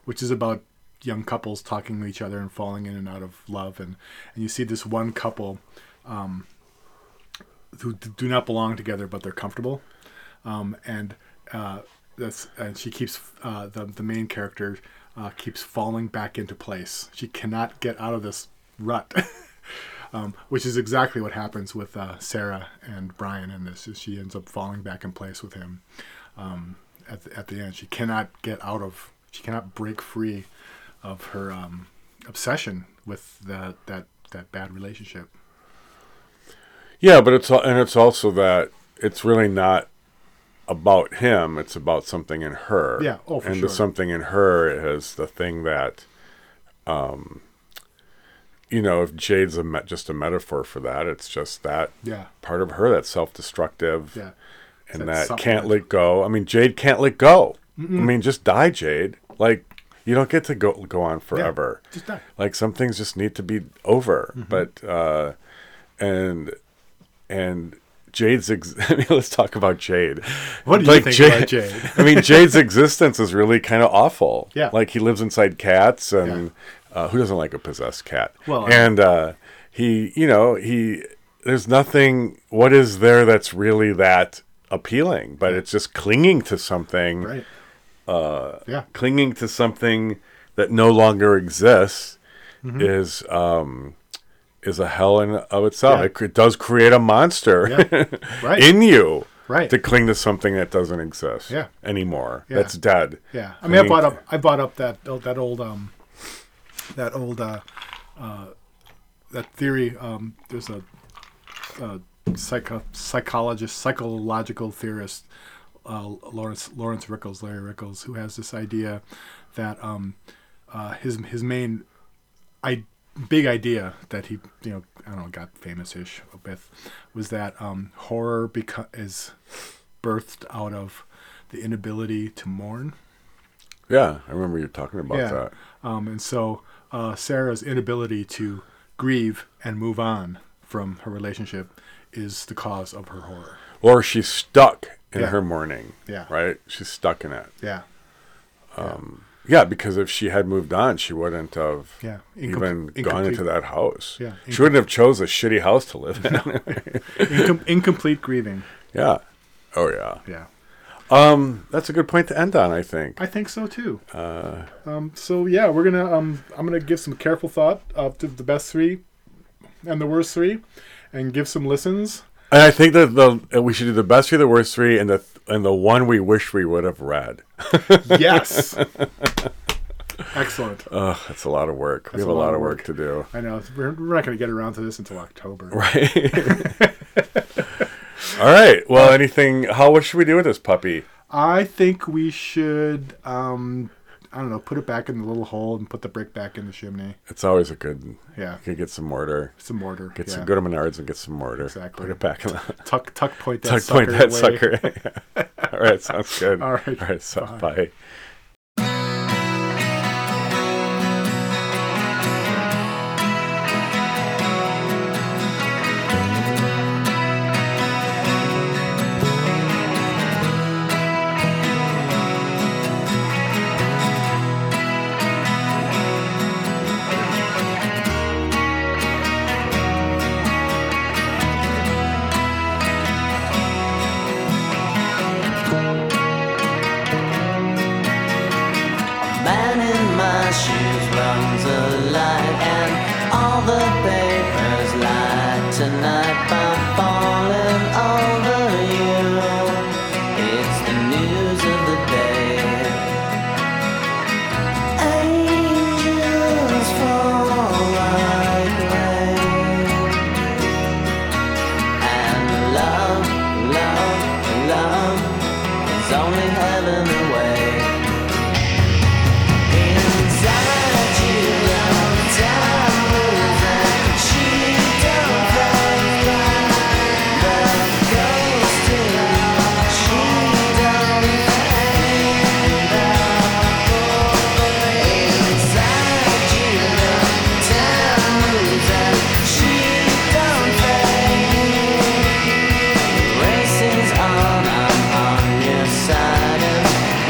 [SPEAKER 3] which is about young couples talking to each other and falling in and out of love and and you see this one couple um, who d- do not belong together but they're comfortable um, and uh, that's and she keeps uh, the the main character uh, keeps falling back into place she cannot get out of this rut um, which is exactly what happens with uh, Sarah and Brian in this is she ends up falling back in place with him um, at, the, at the end. She cannot get out of, she cannot break free of her um, obsession with the, that, that bad relationship.
[SPEAKER 2] Yeah, but it's al- and it's also that it's really not about him. It's about something in her.
[SPEAKER 3] Yeah, oh, for
[SPEAKER 2] and
[SPEAKER 3] sure.
[SPEAKER 2] the something in her is the thing that, um, you know, if Jade's a met, just a metaphor for that, it's just that
[SPEAKER 3] Yeah.
[SPEAKER 2] part of her that's self-destructive
[SPEAKER 3] Yeah.
[SPEAKER 2] and
[SPEAKER 3] That's
[SPEAKER 2] that
[SPEAKER 3] something.
[SPEAKER 2] can't let go. I mean, Jade can't let go. I mean, just die, Jade. Like you don't get to go go on forever
[SPEAKER 3] Just die.
[SPEAKER 2] like some things just need to be over
[SPEAKER 3] Mm-hmm.
[SPEAKER 2] but uh and and jade's ex- i mean let's talk about jade
[SPEAKER 3] What do you
[SPEAKER 2] Like,
[SPEAKER 3] think about Jade?
[SPEAKER 2] i mean jade's existence is really kind of awful
[SPEAKER 3] Yeah.
[SPEAKER 2] like he lives inside cats and uh, who doesn't like a possessed cat
[SPEAKER 3] Well, I-
[SPEAKER 2] and uh he you know he there's nothing what is there that's really that appealing but it's just clinging to something
[SPEAKER 3] Right. Uh, yeah.
[SPEAKER 2] clinging to something that no longer exists
[SPEAKER 3] Mm-hmm.
[SPEAKER 2] is um, is a hell in of itself.
[SPEAKER 3] Yeah.
[SPEAKER 2] It, cr- it does create a monster
[SPEAKER 3] Right.
[SPEAKER 2] in you,
[SPEAKER 3] Right.
[SPEAKER 2] To cling to something that doesn't exist
[SPEAKER 3] Yeah.
[SPEAKER 2] anymore, that's dead.
[SPEAKER 3] Yeah, I mean, I,
[SPEAKER 2] mean-
[SPEAKER 3] bought up, I bought up that oh, that old, um, that old, uh, uh, that theory. Um, there's a, uh psycho, psychologist, psychological theorist, uh, Lawrence Lawrence Rickles, Larry Rickles, who has this idea that um, uh, his his main I big idea that he, you know, I don't know, got famous-ish with, was that um, horror beco- is birthed out of the inability to mourn.
[SPEAKER 2] Yeah, I remember you talking about
[SPEAKER 3] yeah.
[SPEAKER 2] that.
[SPEAKER 3] Um, and so uh, Sarah's inability to grieve and move on from her relationship is the cause of her horror.
[SPEAKER 2] Or she's stuck in
[SPEAKER 3] Yeah.
[SPEAKER 2] her mourning.
[SPEAKER 3] Yeah.
[SPEAKER 2] Right? She's stuck in it.
[SPEAKER 3] Yeah.
[SPEAKER 2] Yeah, because if she had moved on, she wouldn't have
[SPEAKER 3] Yeah. Incom-
[SPEAKER 2] even gone
[SPEAKER 3] incomplete-
[SPEAKER 2] into that house.
[SPEAKER 3] Yeah,
[SPEAKER 2] She wouldn't have chose a shitty house to live in.
[SPEAKER 3] Incom- incomplete grieving.
[SPEAKER 2] yeah. Oh yeah.
[SPEAKER 3] Yeah.
[SPEAKER 2] Um, that's a good point to end on, I think.
[SPEAKER 3] I think so too. um, so yeah, we're gonna um, I'm gonna give some careful thought of to the best three and the worst three, and give some listens.
[SPEAKER 2] And I think that the uh, we should do the best three, the worst three, and the and the one we wish we would have read.
[SPEAKER 3] Yes. Uh, Excellent.
[SPEAKER 2] Ugh, that's a lot of work. we have a lot, of work, to do.
[SPEAKER 3] I know we're, we're not gonna get around to this until October.
[SPEAKER 2] Right. All right. Well, anything? How? What should we do with this puppy?
[SPEAKER 3] I think we should um, I don't know put it back in the little hole and put the brick back in the chimney.
[SPEAKER 2] It's always a good.
[SPEAKER 3] Yeah.
[SPEAKER 2] You could get some mortar.
[SPEAKER 3] Some mortar.
[SPEAKER 2] Get
[SPEAKER 3] yeah.
[SPEAKER 2] some go to Menards and get some mortar.
[SPEAKER 3] Exactly.
[SPEAKER 2] Put it back in the
[SPEAKER 3] tuck tuck point that
[SPEAKER 2] tuck
[SPEAKER 3] sucker
[SPEAKER 2] point that
[SPEAKER 3] away.
[SPEAKER 2] sucker. All right. Sounds good.
[SPEAKER 3] All right.
[SPEAKER 2] All right. So bye.
[SPEAKER 4] Man in my shoes runs a light and all the papers lie tonight by falling over you. It's the news of the day. Angels fall like rain. And love, love, love is only heaven away. Inside you, I'm down moving. She don't fight the ghost in you. She don't fight Inside you, I'm down moving. She don't fight. Racing's on, I'm on your side.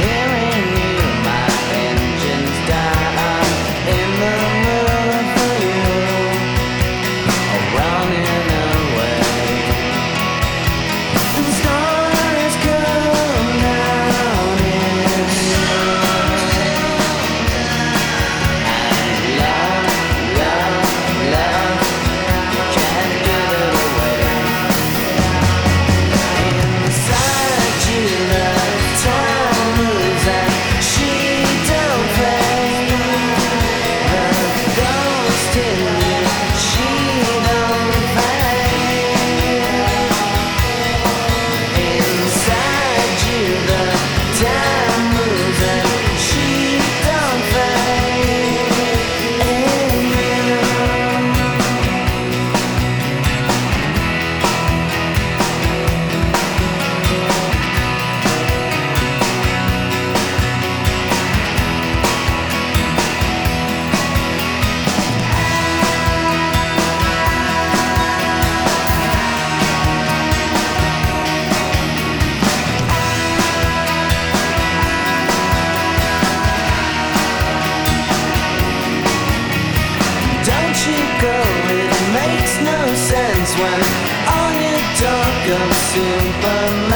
[SPEAKER 4] Hearing you, my engines die. I'm in the mood for you. Running away. The stars come down in And love, love, love, you can't give it away. Inside you, the time moves and she don't play. The ghost in you, she don't play. Inside you, the time moves and she don't play. In you. Don't you go, it makes no sense when on your door comes Superman.